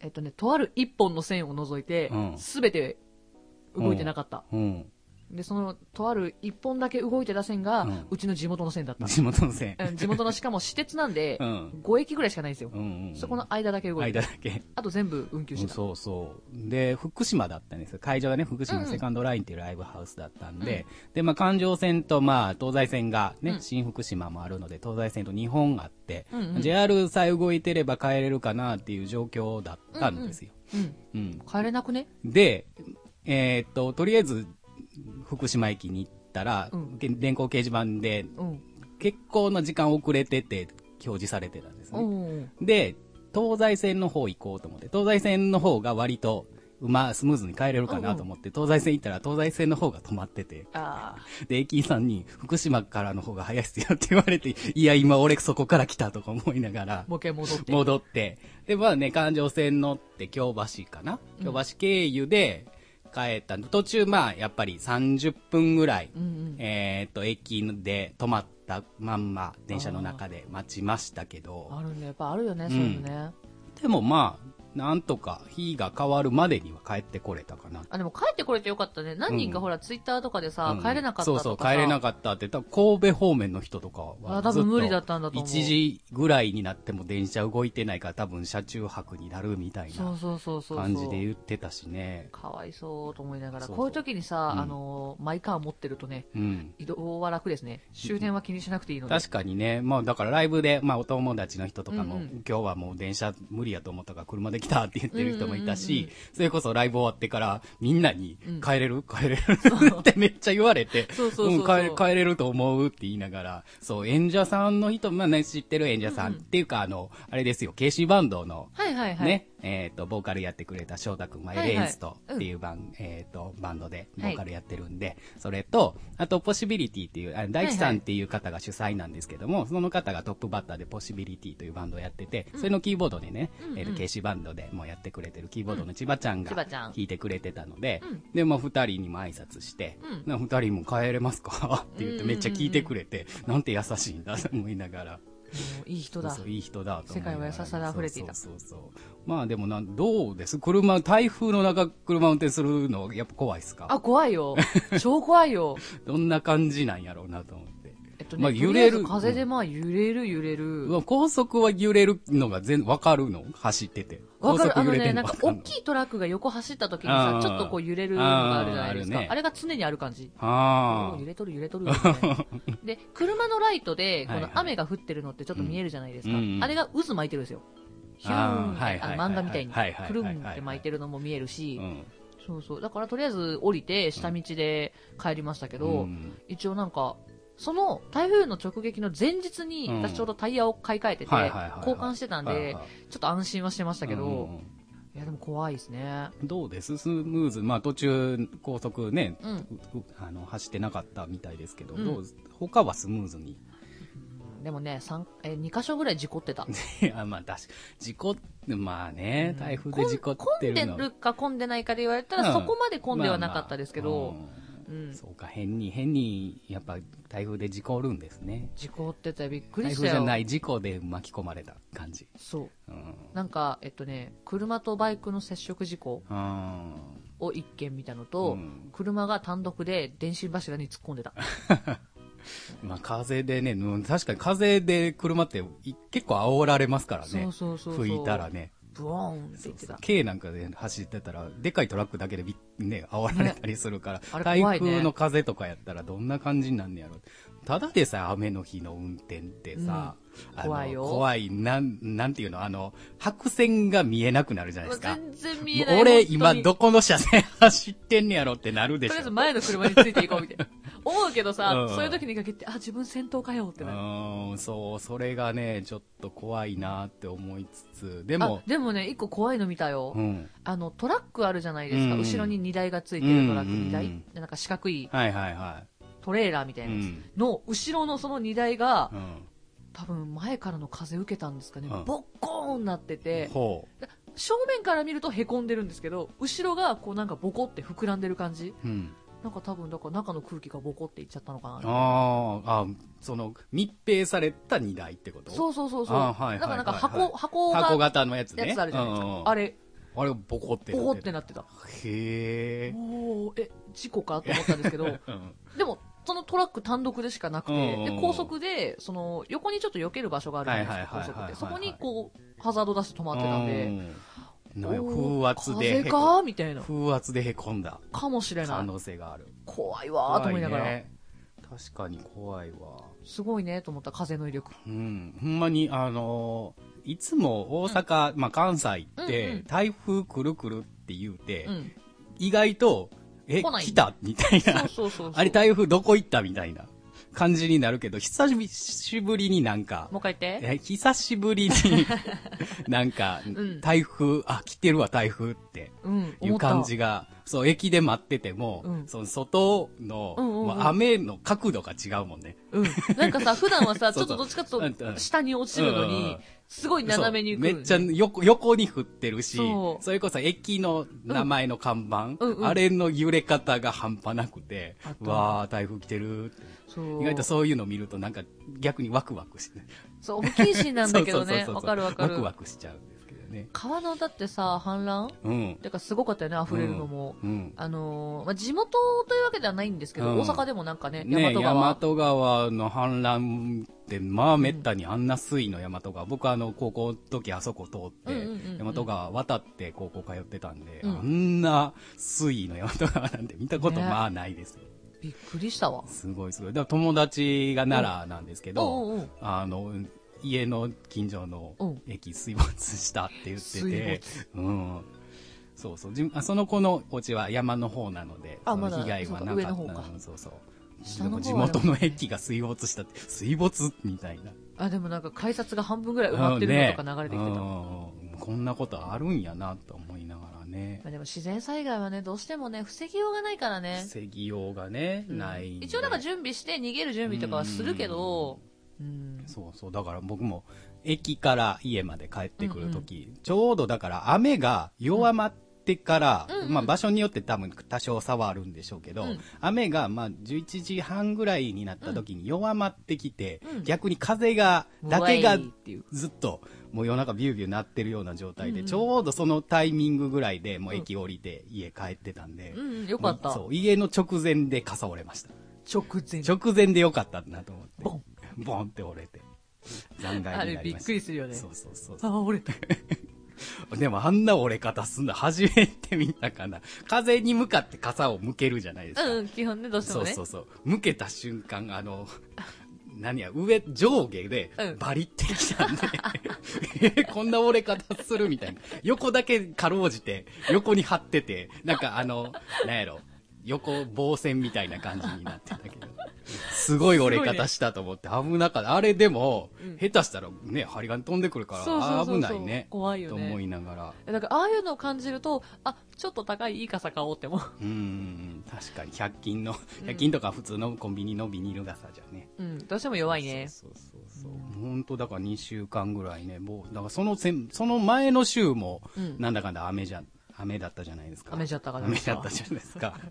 Speaker 1: えっとね、とある一本の線を除いて
Speaker 2: うん、
Speaker 1: すべ、て動いてなかった。
Speaker 2: うん
Speaker 1: で、その、とある一本だけ動いてた線が、
Speaker 2: う
Speaker 1: うんちの地元の線 だった。
Speaker 2: 地元の線
Speaker 1: うん地元のしかも私鉄なんで
Speaker 2: う、ん
Speaker 1: 5駅ぐらいしかないんですよ。
Speaker 2: うんうん
Speaker 1: そこの間だけ動いて
Speaker 2: 間
Speaker 1: た。
Speaker 2: だけ
Speaker 1: あと全部運休
Speaker 2: う
Speaker 1: し
Speaker 2: ん
Speaker 1: てた。
Speaker 2: そうそう。で、福島だったんですよ会場がね、福
Speaker 1: うん
Speaker 2: 島
Speaker 1: うん
Speaker 2: セカンドラインっていうライブハウスだったんで、で、まあ、環状線と、まあ、東西線がね、
Speaker 1: うん
Speaker 2: 新福島もあるので、東西線と日本があって、
Speaker 1: うんうん
Speaker 2: JR さえ動いてれば帰れるかなっていう状況だったんですよ。
Speaker 1: うん。
Speaker 2: うん
Speaker 1: 帰れなくね
Speaker 2: で、えーっと、とりあえず、福島駅に行ったら、
Speaker 1: うん
Speaker 2: け電光掲示板で、
Speaker 1: うん。
Speaker 2: 結構な時間遅れてて、表示されてたんです
Speaker 1: う
Speaker 2: ね。
Speaker 1: んうん。
Speaker 2: で、東西線の方行こうと思って、東西線の方が割と、うま、スムーズに帰れるかなと思って、東西線行ったら東西線の方が止まってて、
Speaker 1: あ
Speaker 2: で、駅員さんに、福島からの方が早いっすよって言われて、いや、今俺そこから来たとか思いながら
Speaker 1: あ、、もう一回戻って。
Speaker 2: 戻って、で、まあね、環状線乗って京橋かな
Speaker 1: うん
Speaker 2: 京橋経由で帰ったんで、途中まあ、やっぱり30分ぐらい、
Speaker 1: うんうん。
Speaker 2: えーっと、駅で止まったまんま、電車の中で待ちましたけど、
Speaker 1: あるんだ、やっぱあるよね、そういうのね。
Speaker 2: でもまあ、なんとか日が変わるまでには帰ってこれたかな。
Speaker 1: あ、でも帰ってこれてよかったね。何人かほら、ツイッターとかでさ、
Speaker 2: うん
Speaker 1: 帰れなかったとかさ。
Speaker 2: そうそう、帰れなかったって言ったら、神戸方面の人とかは
Speaker 1: あ多分無理だったんだと思う
Speaker 2: 1時ぐらいになっても電車動いてないから多分車中泊になるみたい
Speaker 1: そ
Speaker 2: な
Speaker 1: うそうそうそう。
Speaker 2: 感じで言ってたしね。
Speaker 1: かわいそうと思いながら、
Speaker 2: そうそう
Speaker 1: こういう時にさ、
Speaker 2: うん
Speaker 1: あの、マイカー持ってるとね、
Speaker 2: うん。
Speaker 1: 移動は楽ですね。終電は気にしなくていいので。
Speaker 2: 確かにね、まあだからライブで、まあお友達の人とかも、
Speaker 1: うんうん
Speaker 2: 今日はもう電車無理やと思ったから車で来たって言ってる人もいたし、
Speaker 1: うんうんうん
Speaker 2: それこそライブ終わってからみんなに
Speaker 1: うん
Speaker 2: 帰れる、帰れるってめっちゃ言われて、
Speaker 1: そうそうそうそうん
Speaker 2: 帰れ帰れると思うって言いながら、そう、演者さんの人、まあね、知ってる演者さん、
Speaker 1: うんうん
Speaker 2: っていうかあの、あれですよ、ケイシーバンドの
Speaker 1: はいはいはい。
Speaker 2: ね、えっ、と、ボーカルやってくれた翔太くんは
Speaker 1: は
Speaker 2: エ
Speaker 1: いはい
Speaker 2: レンストっていうバン、えっ、と、バンドでボーカルやってるんで、それと、あと、ポシビリティっていう、あ大地さんっていう方が主催なんですけども、その方がトップバッターでポシビリティというバンドをやってて、それのキーボードにね、
Speaker 1: うんうん
Speaker 2: えっ、と、ケシバンドでもうやってくれてるキーボードの千葉ちゃんが
Speaker 1: 千葉ちゃん
Speaker 2: 弾いてくれてたので、
Speaker 1: うん
Speaker 2: で、まあ、二人にも挨拶して、
Speaker 1: うん
Speaker 2: な二人も帰れますか って言ってめっちゃ聞いてくれて、なんて優しいんだと思いながら。
Speaker 1: もういい人だ。
Speaker 2: そうそういい人だと思いなが
Speaker 1: 世
Speaker 2: ら
Speaker 1: 界は優しさで溢れていた
Speaker 2: そうそうそうそうまあでもなんどうです車台風の中車運転するのやっぱ怖いですか
Speaker 1: あ、怖いよ。超怖い よ。
Speaker 2: どんな感じなんやろうなと思って
Speaker 1: えっとね、
Speaker 2: まあ
Speaker 1: 揺
Speaker 2: 揺
Speaker 1: れ
Speaker 2: れ
Speaker 1: る。
Speaker 2: る
Speaker 1: 風でまあ揺れる揺れる。
Speaker 2: うわ高速は揺れるのが全わかるの走ってて
Speaker 1: わ
Speaker 2: 高
Speaker 1: か
Speaker 2: 速
Speaker 1: るあの
Speaker 2: 揺れて
Speaker 1: ね、
Speaker 2: ん
Speaker 1: な
Speaker 2: の
Speaker 1: んか
Speaker 2: わ
Speaker 1: 大
Speaker 2: んの
Speaker 1: きいトラックが横走った時に
Speaker 2: う
Speaker 1: さ
Speaker 2: ん、
Speaker 1: ちょっとこう揺れるのがあるじゃないですか。
Speaker 2: あ
Speaker 1: あ
Speaker 2: ーあるね
Speaker 1: れが常にある感じ。
Speaker 2: あ
Speaker 1: お
Speaker 2: ー
Speaker 1: 揺れとる揺れとる、みたい なで、車のライトで、こ
Speaker 2: はいは
Speaker 1: の
Speaker 2: い
Speaker 1: 雨が降ってるのってちょっと見えるじゃないですか。
Speaker 2: うんうん
Speaker 1: あれが渦巻いてるんですよ。ヒューン
Speaker 2: あ
Speaker 1: って、
Speaker 2: ーはいはいはい
Speaker 1: あの漫画みたいに、
Speaker 2: はいはい
Speaker 1: くる
Speaker 2: はい
Speaker 1: んって巻いてるのも見えるし、
Speaker 2: うん
Speaker 1: そうそう。だからとりあえず降りて、下道で帰りましたけど、
Speaker 2: うん
Speaker 1: 一応なんか、その台風の直撃の前日に、
Speaker 2: うん
Speaker 1: 私ちょうどタイヤを買い替えてて、
Speaker 2: はいはいはいはい
Speaker 1: 交換してたんで、
Speaker 2: はいはい
Speaker 1: ちょっと安心はしてましたけど、
Speaker 2: うんうん
Speaker 1: いや、でも怖いですね。
Speaker 2: どうですスムーズまあ途中高速ね
Speaker 1: うん。
Speaker 2: うあの走ってなかったみたいですけど、
Speaker 1: うん
Speaker 2: どう他はスムーズに
Speaker 1: でもね、三え2箇所ぐらい事故ってた。
Speaker 2: あまあ確か事故ってまあね台風で事故っ
Speaker 1: 混
Speaker 2: て
Speaker 1: ん
Speaker 2: る
Speaker 1: で
Speaker 2: の
Speaker 1: るか混んでないかで言われたら、
Speaker 2: うん
Speaker 1: そこまで混んではなかったですけど、
Speaker 2: まあまあ
Speaker 1: うん
Speaker 2: うんそうか変に変にやっぱ台風で事故るんですね
Speaker 1: 事故ってたよびっくり
Speaker 2: 台
Speaker 1: した
Speaker 2: 風じゃな
Speaker 1: よ。
Speaker 2: い事故で巻き込まれた感じ
Speaker 1: そう。
Speaker 2: うん
Speaker 1: なんか、えっとね、車とバイクの接触事故
Speaker 2: あ
Speaker 1: を一件見たのと、
Speaker 2: うん
Speaker 1: 車が単独で電信柱に突っ込んでた。
Speaker 2: ーまあ風でね、うん確かに風で車ってい結構煽られますからね。
Speaker 1: そうそうそうそう
Speaker 2: 吹いたらね。
Speaker 1: ブオーンって言って
Speaker 2: そうそう
Speaker 1: た。
Speaker 2: K なんかで走ってたら、でかいトラックだけでび、ね、煽られたりするから、
Speaker 1: あれ
Speaker 2: 台
Speaker 1: 怖いね
Speaker 2: 風の風とかやったらどんな感じになんねやろ。ただでさえ雨の日の運転ってさ、
Speaker 1: ん
Speaker 2: あの
Speaker 1: 怖いよ
Speaker 2: 怖い、なん、なんていうの、あの、白線が見えなくなるじゃないですか。
Speaker 1: 全然見えない。
Speaker 2: 俺
Speaker 1: 本当に
Speaker 2: 今どこの車線走ってんねやろってなるでし
Speaker 1: とり
Speaker 2: ょ。
Speaker 1: あえず前の車についていこうみ たいな。思うけどさ、
Speaker 2: うん
Speaker 1: そういう時に限って、あ、自分先頭かよって
Speaker 2: う
Speaker 1: なる。
Speaker 2: ーん、そう、それがね、ちょっと怖いなって思いつつ、で
Speaker 1: あ
Speaker 2: も、、
Speaker 1: でもね、一個怖いの見たよ。
Speaker 2: うん。
Speaker 1: あの、トラックあるじゃないですか。
Speaker 2: うんうん
Speaker 1: 後ろに荷台がついてるトラック、
Speaker 2: うんうんうん
Speaker 1: 荷台でなんか四角い
Speaker 2: はいはいは
Speaker 1: トレーラーみたいなやつ。
Speaker 2: うん
Speaker 1: の後ろのその荷台が
Speaker 2: い。うん。
Speaker 1: 多分前からの風受けたんですかね、
Speaker 2: うん
Speaker 1: ボッコーンなってて
Speaker 2: ほ
Speaker 1: 正面から見るとへこんでるんですけど後ろがこうなんかボコって膨らんでる感じ
Speaker 2: う。うん。
Speaker 1: なんか多分だから中の空気がボコっていっちゃったのかな
Speaker 2: ああ、あその、密閉された荷台ってこと
Speaker 1: そうそうそうそう、
Speaker 2: あはいはい
Speaker 1: だからなんか箱,、
Speaker 2: はいはい
Speaker 1: 箱が
Speaker 2: 箱型のやつね。
Speaker 1: やつあるじゃないですか、
Speaker 2: うんうん
Speaker 1: あれ
Speaker 2: あれ、ボコ
Speaker 1: ボ
Speaker 2: ってなってる。
Speaker 1: コってなってた
Speaker 2: へえ。
Speaker 1: おおえ事故かと思ったんですけど
Speaker 2: うん
Speaker 1: でもそのトラック単独でしかなくて、
Speaker 2: うんうんうん
Speaker 1: で高速でその横にちょっと避ける場所があるじゃないですか、
Speaker 2: はいはいはいはいはい
Speaker 1: 高速ってそこにこうハザード出して止まってたんで、
Speaker 2: うんなんや
Speaker 1: おー
Speaker 2: 風圧でへ
Speaker 1: 風
Speaker 2: こ、
Speaker 1: かみたいな
Speaker 2: 風圧でへこんだ
Speaker 1: かもしれな
Speaker 2: 可
Speaker 1: い
Speaker 2: 能性がある。
Speaker 1: 怖いわーと思いながら、
Speaker 2: 怖ね確かに怖いわ。
Speaker 1: すごいねと思った風の威力
Speaker 2: うん。ほんまに、あのーいつも大阪、まあ、関西っ
Speaker 1: うんうん
Speaker 2: て、台風くるくるって言うて、
Speaker 1: うん
Speaker 2: 意外と、え、
Speaker 1: 来ない
Speaker 2: 来たみたい
Speaker 1: そう
Speaker 2: な。
Speaker 1: そうそうそう
Speaker 2: あれ台風どこ行ったみたいな感じになるけど、久しぶりになんか、
Speaker 1: もう一回言って
Speaker 2: え久しぶ りになんか
Speaker 1: ん、
Speaker 2: 台風、あ、来てるわ台風って
Speaker 1: うん
Speaker 2: い
Speaker 1: 思
Speaker 2: う
Speaker 1: った
Speaker 2: 感じが、そう、駅で待ってても、
Speaker 1: うん
Speaker 2: その外の、
Speaker 1: うんうんうん
Speaker 2: もう雨の角度が違うもんね。
Speaker 1: うんなんかさ普段はさち
Speaker 2: そ
Speaker 1: ょっ
Speaker 2: う
Speaker 1: と
Speaker 2: そう
Speaker 1: どっちかっていう
Speaker 2: うんう
Speaker 1: と
Speaker 2: ん
Speaker 1: 下に落ちるの
Speaker 2: うんうん
Speaker 1: に
Speaker 2: うん
Speaker 1: すごい斜めに
Speaker 2: そう
Speaker 1: 来る
Speaker 2: めっちゃ横横に降ってるし
Speaker 1: そ
Speaker 2: そうれこそ駅の名前の看板、
Speaker 1: うんうん
Speaker 2: あれの揺れ方が半端なくて
Speaker 1: あ、と
Speaker 2: うわー台風来てるって
Speaker 1: そう
Speaker 2: 意外とそういうの見るとなんか逆にワクワクして
Speaker 1: そう、不謹慎なんだけど
Speaker 2: そうそう
Speaker 1: ね。
Speaker 2: そうそう
Speaker 1: わかるわかる。
Speaker 2: ワクワクしちゃうんですけどね。
Speaker 1: 川のだってさ、氾濫
Speaker 2: うん。
Speaker 1: てかすごかったよね、溢れるのも。
Speaker 2: うん。
Speaker 1: あのーまあ、地元というわけではないんですけど、
Speaker 2: うん
Speaker 1: 大阪でもなんかね、
Speaker 2: ね
Speaker 1: 大
Speaker 2: 大
Speaker 1: 和
Speaker 2: 和
Speaker 1: 川。
Speaker 2: 川の氾濫って、まあめったにあんな水位の大和川、僕はあの高校の時あそこ通って、
Speaker 1: うんうんうんうん
Speaker 2: 大和川渡って高校通ってたんで、
Speaker 1: うん
Speaker 2: あんな水位の大和川なんて見たこと
Speaker 1: ね
Speaker 2: まあないですよ。
Speaker 1: びっくりしたわ。
Speaker 2: すごいすごい。だから友達が奈良なんですけど、
Speaker 1: うんうんうん
Speaker 2: あの、家の近所の
Speaker 1: うん
Speaker 2: 駅水没したって言って
Speaker 1: 水
Speaker 2: て、うん。そうそう。自分あその子のお家は山の方なので、
Speaker 1: あ
Speaker 2: その
Speaker 1: まだ
Speaker 2: 被害はな
Speaker 1: そうか上の
Speaker 2: か
Speaker 1: 方
Speaker 2: っ
Speaker 1: か
Speaker 2: た。うんそうそう。
Speaker 1: 下の方は
Speaker 2: でも地元の駅が水没したって、水没みたいな。
Speaker 1: あ、でもなんか改札が半分ぐらい埋まってるのとか流れてきてた。
Speaker 2: うんうんうんもうこんなことあるんやなと思いながらね
Speaker 1: まあでも自然災害はね、どうしてもね、防ぎようがないからね。
Speaker 2: 防ぎようがね、
Speaker 1: うん
Speaker 2: ないんで
Speaker 1: 一応なんか準備して逃げる準備とかはするけど、うん。
Speaker 2: そうそうだから僕も駅から家まで帰ってくる時、ちょうどだから雨が弱まってから、
Speaker 1: うんうん
Speaker 2: まあ、場所によって多分多少差はあるんでしょうけど、
Speaker 1: うん
Speaker 2: 雨がまあ11時半ぐらいになった時に弱まってきて、
Speaker 1: うん
Speaker 2: 逆に風がだけが
Speaker 1: うわいっていう。
Speaker 2: ずっともう夜中ビュービュー鳴ってるような状態で、
Speaker 1: うんうん
Speaker 2: ちょうどそのタイミングぐらいでもう駅降りて家帰ってたんで、
Speaker 1: うんうん、よかった。
Speaker 2: そう家の直前で傘折れました
Speaker 1: 直前。
Speaker 2: 直前でよかったなと思って
Speaker 1: ボン
Speaker 2: ボンって折れて残
Speaker 1: あ
Speaker 2: 骸に
Speaker 1: れ
Speaker 2: な
Speaker 1: び
Speaker 2: りま
Speaker 1: っ
Speaker 2: し
Speaker 1: く
Speaker 2: た
Speaker 1: りするよね。
Speaker 2: そうそうそう
Speaker 1: あ、俺。
Speaker 2: でもあんな折れ方すんだ初めて見たかな風に向かって傘を向けるじゃないですか、
Speaker 1: うんうん、基本ね、どうして
Speaker 2: そ
Speaker 1: も
Speaker 2: う
Speaker 1: ね。
Speaker 2: そうそう向けた瞬間あの 何や上上下で
Speaker 1: うん
Speaker 2: バリってきたんで、 えこんな折れ方するみたいな横だけかろうじて横に張っててなんかあのなんやろ横防線みたいな感じになってたけどすごい折れ方したと思って危なかったあれでも、
Speaker 1: うん
Speaker 2: 下手したらね針金飛んでくるから
Speaker 1: そうそうそうそう
Speaker 2: 危ないね
Speaker 1: 怖いよね
Speaker 2: と思いながら
Speaker 1: だから、ああいうのを感じると、あ、ちょっと高いいい傘買おうって思う。
Speaker 2: うん確かに100均の
Speaker 1: うん
Speaker 2: 100均とか普通のコンビニのビニール傘じゃね、
Speaker 1: うん、どうしても弱いね。
Speaker 2: そうそうそうそう。本当だから2週間ぐらいね、もう、だからその前、その前の週も
Speaker 1: うん、
Speaker 2: なんだかんだ雨じゃ、雨だったじゃないですか。
Speaker 1: 雨じゃったから
Speaker 2: 雨だったじゃないですか。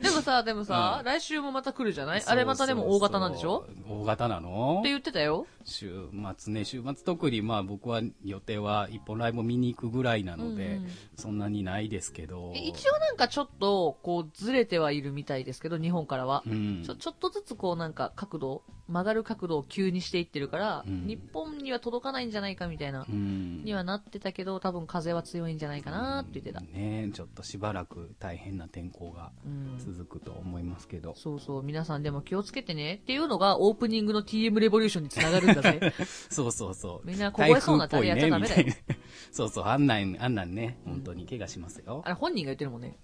Speaker 1: でもさ、でもさ、
Speaker 2: うん
Speaker 1: 来週もまた来るじゃない
Speaker 2: そう
Speaker 1: あれまたでも大型なんでしょ
Speaker 2: そうそう大型なの
Speaker 1: って言ってたよ。
Speaker 2: 週末ね、週末特にまあ僕は予定は一本ライブ見に行くぐらいなので、
Speaker 1: うんうん
Speaker 2: そんなにないですけど。
Speaker 1: え一応なんかちょっと、こう、ずれてはいるみたいですけど、日本からは。
Speaker 2: うん
Speaker 1: ちょ、ちょっとずつこうなんか角度、曲がる角度を急にしていってるから、
Speaker 2: うん
Speaker 1: 日本には届かないんじゃないかみたいな、
Speaker 2: うん
Speaker 1: にはなってたけど、多分風は強いんじゃないかなって言ってた。
Speaker 2: ねちょっとしばらく大変な天候が
Speaker 1: うん。
Speaker 2: 続くと思いますけど。
Speaker 1: そうそう、皆さんでも気をつけてねっていうのがオープニングの TM レボリューションにつながるんだ ぜ。
Speaker 2: そうそうそう。
Speaker 1: みんな凍えそうなタイヤやっちゃダメだよ
Speaker 2: 台風っぽいねみたいな そうそう、あんなん、あんなんね、本当に怪我しますよ
Speaker 1: あ。れ本人が言ってるもん ね。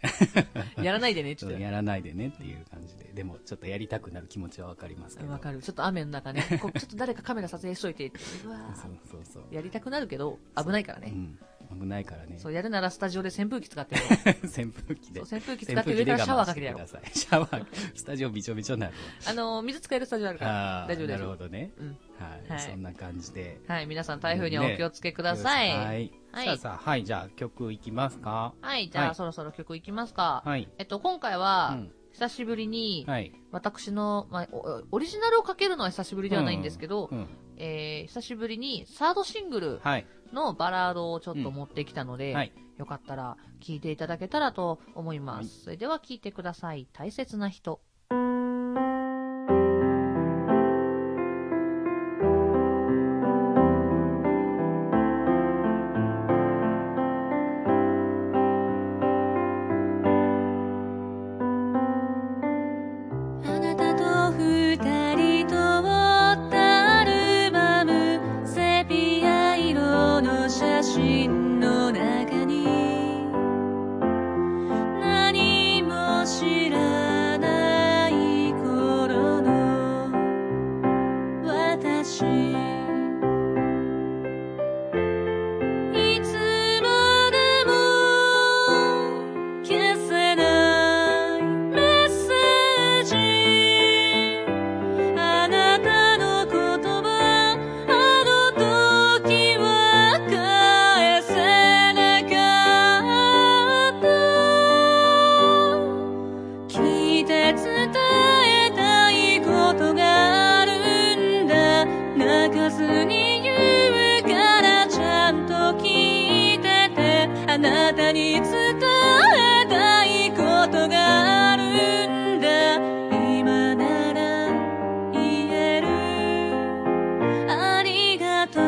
Speaker 1: やらないでねって
Speaker 2: ちょっ
Speaker 1: 言
Speaker 2: と
Speaker 1: って
Speaker 2: やらないでねっていう感じで。でも、ちょっとやりたくなる気持ちはわかりますけ
Speaker 1: た。
Speaker 2: ど。
Speaker 1: わかる。ちょっと雨の中 ね、こうちょっと誰かカメラ撮影しといてって。うわー
Speaker 2: そうそうそう。
Speaker 1: やりたくなるけど、危ないから
Speaker 2: う
Speaker 1: ね。
Speaker 2: ん。危ないからね。
Speaker 1: そう、やるならスタジオで扇風機使ってよ
Speaker 2: 扇風機で。
Speaker 1: そう扇風機使って上からシャワーかけてやろう
Speaker 2: 扇風機で我慢してください。シャワー、スタジオびちょびちょにな るよ。
Speaker 1: あの、水使えるスタジオあるから
Speaker 2: あ、ー
Speaker 1: 大丈夫
Speaker 2: な
Speaker 1: 大
Speaker 2: る
Speaker 1: 丈
Speaker 2: ほ
Speaker 1: 夫。
Speaker 2: どね。
Speaker 1: うん
Speaker 2: はい。
Speaker 1: はい
Speaker 2: そんな感じで。
Speaker 1: はい、皆さん台風にはお気をつけください。
Speaker 2: はい。
Speaker 1: はい
Speaker 2: じゃあさ、はい、じゃあ曲いきますか。
Speaker 1: はい、じゃ
Speaker 2: は
Speaker 1: あ
Speaker 2: い
Speaker 1: そろそろ曲いきますか。
Speaker 2: はい。
Speaker 1: えっと、今回
Speaker 2: う
Speaker 1: は
Speaker 2: ん、
Speaker 1: 久しぶりに、
Speaker 2: はい。
Speaker 1: 私の、まあ、おオリジナルをかけるのは久しぶりではないんですけど、
Speaker 2: うん。
Speaker 1: えー久しぶりにサードシングル
Speaker 2: はい。
Speaker 1: のバラードをちょっと持ってきたので、
Speaker 2: はい。
Speaker 1: よかったら聴いていただけたらと思います。
Speaker 2: はい
Speaker 1: それでは聴いてください。大切な人。
Speaker 3: あなたと二人とったアルバムセピア色の写真の中に何も知らない頃の私いつまでも消せないメッセージあなたの言葉あの時は返せなかった聞いて伝えたいことがあるんだ泣かずに言うからちゃんと聞いててあなたに伝えたいことがあるんだ今なら言えるありがとう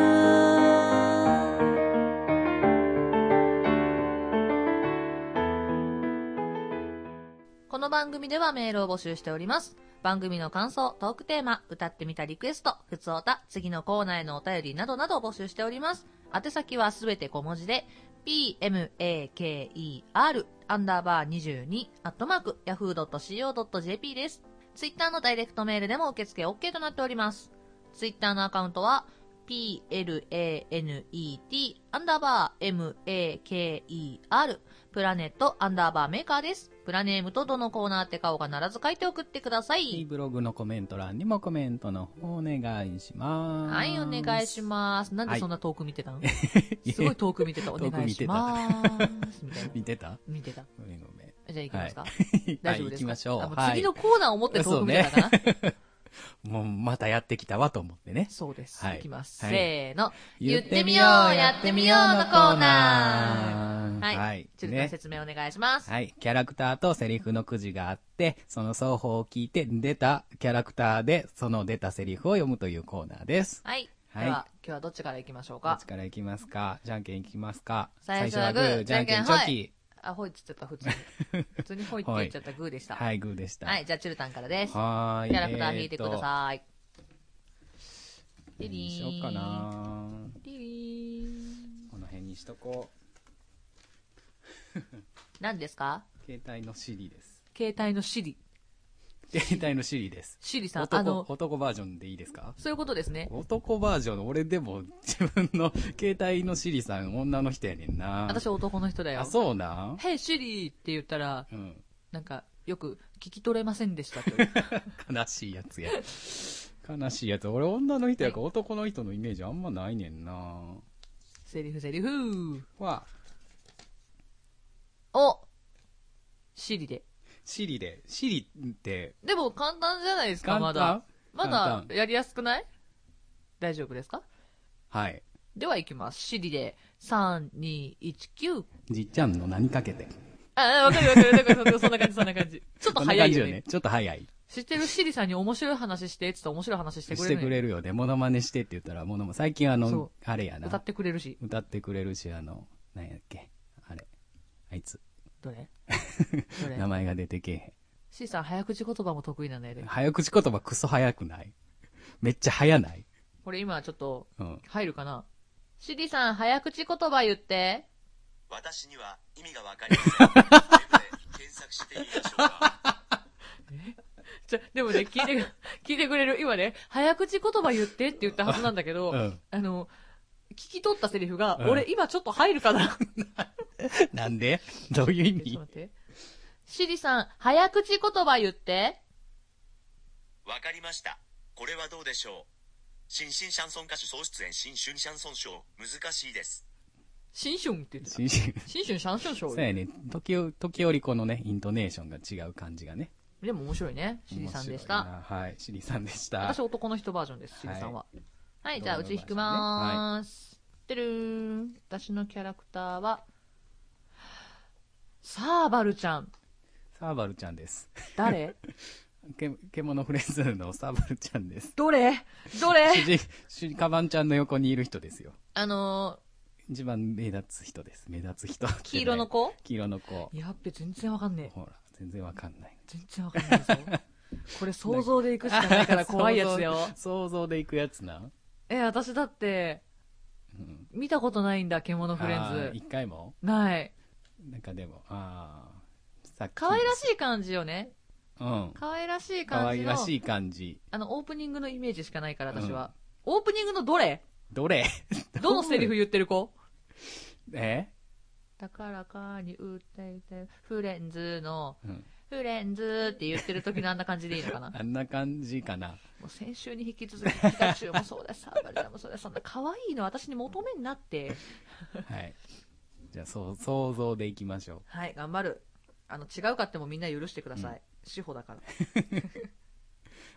Speaker 1: この番組ではメールを募集しております。番組の感想、トークテーマ、歌ってみたリクエスト、ふつおた、次のコーナーへのお便りなどなどを募集しております。宛先はすべて小文字で、pmaker アンダーバー22アットマーク yahoo.co.jp です。ツイッターのダイレクトメールでも受付 OK となっております。ツイッターのアカウントは、 planet アンダーバー maker プラネットアンダーバーメーカーです。プラネームとどのコーナーって顔がならず書いて送ってください。
Speaker 2: ブログのコメント欄にもコメントの方お願いします。
Speaker 1: はい、お願いします。なんでそんな遠く見てたの、
Speaker 2: い
Speaker 1: すごい遠く見てた。お
Speaker 2: 遠く
Speaker 1: 願い
Speaker 2: 見
Speaker 1: して
Speaker 2: た
Speaker 1: ます。みたいな。
Speaker 2: 見てた
Speaker 1: 見てた。
Speaker 2: ごめんごめん。
Speaker 1: じゃあ行きますか、
Speaker 2: は
Speaker 1: 大
Speaker 2: い、
Speaker 1: 丈夫
Speaker 2: 行
Speaker 1: ですか
Speaker 2: きましょ
Speaker 1: あも
Speaker 2: う。
Speaker 1: う
Speaker 2: は
Speaker 1: 次
Speaker 2: い
Speaker 1: の。コーナーを持って遠く見てたかなそう,、
Speaker 2: もうまたやってきたわと思ってね。
Speaker 1: です。
Speaker 2: はい
Speaker 1: いきます。
Speaker 2: はい
Speaker 1: せーの。
Speaker 2: 言
Speaker 1: 言
Speaker 2: っ
Speaker 1: ってて
Speaker 2: み
Speaker 1: み
Speaker 2: よ
Speaker 1: よ
Speaker 2: う
Speaker 1: うや
Speaker 2: やっ
Speaker 1: ってて
Speaker 2: み
Speaker 1: み
Speaker 2: よ
Speaker 1: よ
Speaker 2: う
Speaker 1: う
Speaker 2: の
Speaker 1: の
Speaker 2: コ
Speaker 1: コ
Speaker 2: ー
Speaker 1: ー
Speaker 2: ナ
Speaker 1: ナ
Speaker 2: ー
Speaker 1: はい。
Speaker 2: はい
Speaker 1: ちょっと
Speaker 2: ね
Speaker 1: 説明お願いします。
Speaker 2: はい。キャラクターとセリフのくじがあって、その双方を聞いて出たキャラクターで、その出たセリフを読むというコーナーです。
Speaker 1: はい。
Speaker 2: はい
Speaker 1: では、今日はどっちから行きましょう
Speaker 2: どっ
Speaker 1: か
Speaker 2: ち。からいきますかじゃんけんいきますか
Speaker 1: 最初はグー
Speaker 2: じゃんけんチョキ。
Speaker 1: あ、ほいっつっちゃった、普通に。 普通にほいって言っちゃった、グーでした。
Speaker 2: はい、グーでした。
Speaker 1: はい、じゃあ、チュルタンからです。キ
Speaker 2: はーい。
Speaker 1: ャラクター引いてくだ
Speaker 2: い。
Speaker 1: さい。
Speaker 2: 何にしようかな
Speaker 1: リリーン。
Speaker 2: この辺にしとこう。
Speaker 1: 何ですか
Speaker 2: 携帯の Siri です。
Speaker 1: 携帯のシリ。
Speaker 2: 携帯の Siri です。
Speaker 1: シリさん、あ
Speaker 2: 男、
Speaker 1: の、
Speaker 2: 男バージョンでいいですか
Speaker 1: そういうことですね。
Speaker 2: 男バージョンの、俺でも自分の携帯の Siri さん女の人やねんな。
Speaker 1: 私男の人だよ。
Speaker 2: あ、そうなん
Speaker 1: ヘイシリーって言ったら、
Speaker 2: うん。
Speaker 1: なんか、よく聞き取れませんで したって。
Speaker 2: 悲しいやつや。 悲しいやつ。俺女の人やから男の人のイメージあんまないねんな。
Speaker 1: セリフセリフ
Speaker 2: は、
Speaker 1: を、シリで。
Speaker 2: シリで、シリって、
Speaker 1: でも簡単じゃないですか、
Speaker 2: 簡
Speaker 1: まだ
Speaker 2: 単。
Speaker 1: ま
Speaker 2: 簡
Speaker 1: だ
Speaker 2: 単
Speaker 1: やりやすくない大丈夫ですか
Speaker 2: はい。
Speaker 1: では行きます。シリで、3、2、1、9。
Speaker 2: じっちゃんの何かけて。
Speaker 1: ああ、わかるわかるわかる。そんなそんな感じ、そんな感じ。 ちょっと
Speaker 2: こんな
Speaker 1: 早
Speaker 2: 感
Speaker 1: い
Speaker 2: じ
Speaker 1: よ
Speaker 2: よ
Speaker 1: ね。
Speaker 2: ね。ちょっと早い。
Speaker 1: 知ってるシリさんに面白い話して、つって面白い話してく
Speaker 2: し
Speaker 1: れる
Speaker 2: て
Speaker 1: の
Speaker 2: く
Speaker 1: よ、
Speaker 2: れるよね。モノマネしてって言ったら、モノマネ。最近あ
Speaker 1: そ
Speaker 2: の
Speaker 1: う、
Speaker 2: あれや
Speaker 1: 歌っ
Speaker 2: な。
Speaker 1: てくれるし。
Speaker 2: 歌ってくれるし、あの、何やっけ。あれ。あいつ。
Speaker 1: ど れどれ
Speaker 2: 名前が出てけえ
Speaker 1: シリさん、早口言葉も得意なんだよ
Speaker 2: へん。
Speaker 1: ね。
Speaker 2: 早口言葉クソ早くないめっちゃ早ない
Speaker 1: これ今ちょっと、
Speaker 2: うん。
Speaker 1: 入るかなシリさん、早口言葉言って。
Speaker 4: 私には意味がわかりません。ウェブで検索してみましょうか。
Speaker 1: ちょ、でもね、聞い て、聞いてくれる。今ね、早口言葉言ってって言ったはずなんだけど、
Speaker 2: うん
Speaker 1: あの、聞き取ったセリフが、
Speaker 2: うん
Speaker 1: 俺今ちょっと入るか な
Speaker 2: なんでどういう意
Speaker 1: えちょっと
Speaker 2: 味
Speaker 1: 待って。シリさん、早口言葉言って。
Speaker 4: わかりました。これはどうでしょう。新進シャンソン歌手総出演新春シャンソンショー、難しいです。
Speaker 1: 新春って言ってた。
Speaker 2: 新春。
Speaker 1: 新春シャンシャンショ
Speaker 2: そう
Speaker 1: ー
Speaker 2: やね。時折、時折このね、イントネーションが違う感じがね。
Speaker 1: でも面白いね。シリさんでした。
Speaker 2: 面白いな。はい。シリさんでした
Speaker 1: 私。男の人バージョンです、シリさんは。はい、じゃあ、うち引きまーす。てるーん。私のキャラクターは、サーバルちゃん。
Speaker 2: サーバルちゃんです。
Speaker 1: 誰
Speaker 2: け、獣フレンズのサーバルちゃんです。
Speaker 1: どれどれ
Speaker 2: 主人、主カバンちゃんの横にいる人ですよ。
Speaker 1: あの
Speaker 2: 一番目立つ人です。目立つ人。
Speaker 1: ー、黄色の。子
Speaker 2: 黄色の子。
Speaker 1: やっべ、全然わかんねえ。
Speaker 2: ほら、全然わかんない。
Speaker 1: 全然わかんないぞ。 これ想像でいくしかないから怖いやつよ。
Speaker 2: 想像想像でいくやつな。
Speaker 1: え、私だって、
Speaker 2: うん。
Speaker 1: 見たことないんだ、獣フレン
Speaker 2: あー
Speaker 1: ズ。
Speaker 2: 一回も
Speaker 1: ない。
Speaker 2: なんかでも、ああ。さっき
Speaker 1: 可愛らしい感じよね。
Speaker 2: うん。
Speaker 1: 可愛らしい
Speaker 2: 可
Speaker 1: 感じ
Speaker 2: 愛ら
Speaker 1: の、
Speaker 2: しい感じ。
Speaker 1: あの、オープニングのイメージしかないから、私は。オープニングのどれ
Speaker 2: どれ
Speaker 1: どのセリフ言ってる子
Speaker 2: え
Speaker 1: 高らかに歌いたい。フレンズの、
Speaker 2: うん。
Speaker 1: フレンズって言ってる時のあんな感じでいいの かな
Speaker 2: あんな感じ かな。
Speaker 1: もう先週に引き続き、ピカチュウもそうだし、サーバルちゃんもそうだし、そんな可愛いの私に求めになって。
Speaker 2: はい。じゃあ、そう、想像でいきましょ
Speaker 1: はい、頑張る。あの、違うかってもみんな許してください。司法だから。
Speaker 2: う。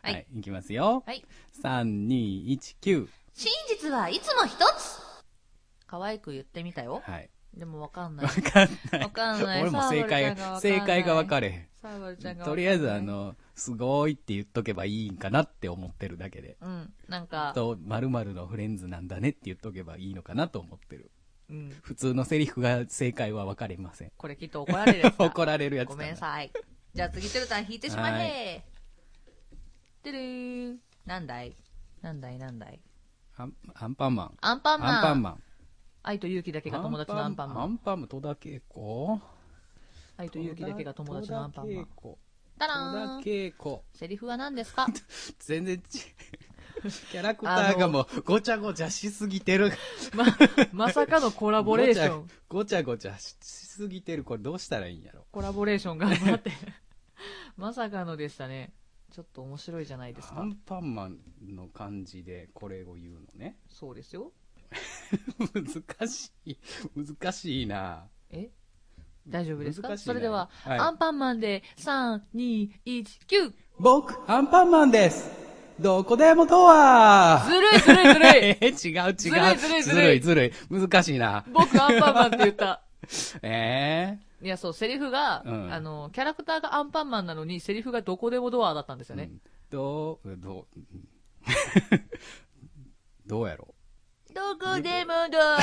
Speaker 1: はい。
Speaker 2: いきますよ。
Speaker 1: はい。
Speaker 2: 3、2、1、9。
Speaker 1: 真実はいつも一つ可愛く言ってみたよ。
Speaker 2: はい。
Speaker 1: でもわかんない
Speaker 2: わ。かんない。
Speaker 1: わかんない。
Speaker 2: 俺も正解
Speaker 1: サーバルちゃんがわかんない
Speaker 2: が、正解が分かれ
Speaker 1: サーバルち
Speaker 2: へ
Speaker 1: ゃ
Speaker 2: ん
Speaker 1: ん。が
Speaker 2: とりあえず、あ、の、すごいって言っとけばいいんかなって思ってるだけで。
Speaker 1: うん、なんか、
Speaker 2: と、〇〇のフレンズなんだねって言っとけばいいのかなと思ってる。
Speaker 1: うん、
Speaker 2: 普通のセリフが正解は分かれません。
Speaker 1: これきっと怒られるやつだ。
Speaker 2: 怒られるやつだ
Speaker 1: ごめんなさい。じゃあ次、トゥルタン引いてしま
Speaker 2: は
Speaker 1: え。てるー。なんだいなんだいなんだい
Speaker 2: アンアンパンマン。
Speaker 1: アンパンマン。
Speaker 2: アンパンマン。
Speaker 1: 愛と勇気だけが友達のアンパンマ
Speaker 2: ア
Speaker 1: ン。
Speaker 2: ンパンマン、戸田恵子
Speaker 1: 愛と勇気だけが友達のアンパンマン。
Speaker 2: 戸
Speaker 1: た
Speaker 2: 田
Speaker 1: らーん
Speaker 2: 恵子。戸田。恵子。
Speaker 1: セリフは何ですか
Speaker 2: 全然ち、 キャラクターがもうごちゃごちゃしすぎてる。
Speaker 1: ま、まさかのコラボレーション。
Speaker 2: ごちゃごちゃしすぎてる。これどうしたらいいんやろ。
Speaker 1: コラボレーション頑張って。 まさかのでしたね。ちょっと面白いじゃないです
Speaker 2: ア
Speaker 1: か。
Speaker 2: ンパンマンの感じでこれを言うのね。
Speaker 1: そうですよ。
Speaker 2: 難しい。難しいな。
Speaker 1: え大丈夫ですか
Speaker 2: 難しい
Speaker 1: そ
Speaker 2: ね
Speaker 1: れでは、
Speaker 2: はい
Speaker 1: アンパンマンで、3、2、1、9!
Speaker 2: 僕、アンパンマンです。どこでもドア
Speaker 1: ずるいずるいずるい
Speaker 2: え 違う違う。
Speaker 1: ずるいずるいず
Speaker 2: ず
Speaker 1: る
Speaker 2: る
Speaker 1: い
Speaker 2: いずるい。難しいな。
Speaker 1: 僕アンパンマンって言った。
Speaker 2: え
Speaker 1: いや、そう、セリフが、
Speaker 2: うん
Speaker 1: あの、キャラクターがアンパンマンなのに、セリフがどこでもドアだったんですよ
Speaker 2: え
Speaker 1: ね。
Speaker 2: どう、どう、 どうやろ
Speaker 1: どこでもドア
Speaker 2: う。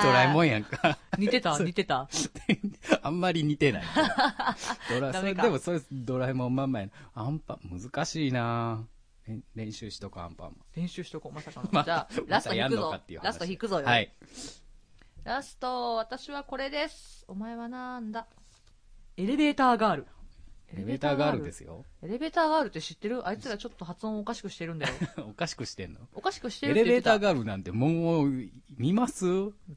Speaker 2: それドラえもんやんか。
Speaker 1: 似てた似てた
Speaker 2: あんまり似 てない。ドラ
Speaker 1: ダ
Speaker 2: そ
Speaker 1: メ
Speaker 2: れ
Speaker 1: か
Speaker 2: でもそれドラえもんまんまやな。アンパン、難しいな練練習しとこう、アンパンマン。
Speaker 1: 練習しとこう、まさかの。
Speaker 2: ま
Speaker 1: じゃあ
Speaker 2: た、
Speaker 1: ラスト
Speaker 2: またや
Speaker 1: 引
Speaker 2: ん
Speaker 1: く
Speaker 2: のか
Speaker 1: ぞ
Speaker 2: っていう。話
Speaker 1: ラスト引くぞよ。
Speaker 2: はい。
Speaker 1: ラスト、私はこれです。お前はなんだエレベーターガール。。
Speaker 2: エレベーターガールですすよ。
Speaker 1: エレベーターガールって知ってるあいつらちょっと発音おかしくしてるんだよ。
Speaker 2: おかしくしてんの
Speaker 1: おかしくしてるって
Speaker 2: エレ
Speaker 1: 言
Speaker 2: ベ
Speaker 1: って
Speaker 2: ー
Speaker 1: た。
Speaker 2: ターガールなんてもう、見ます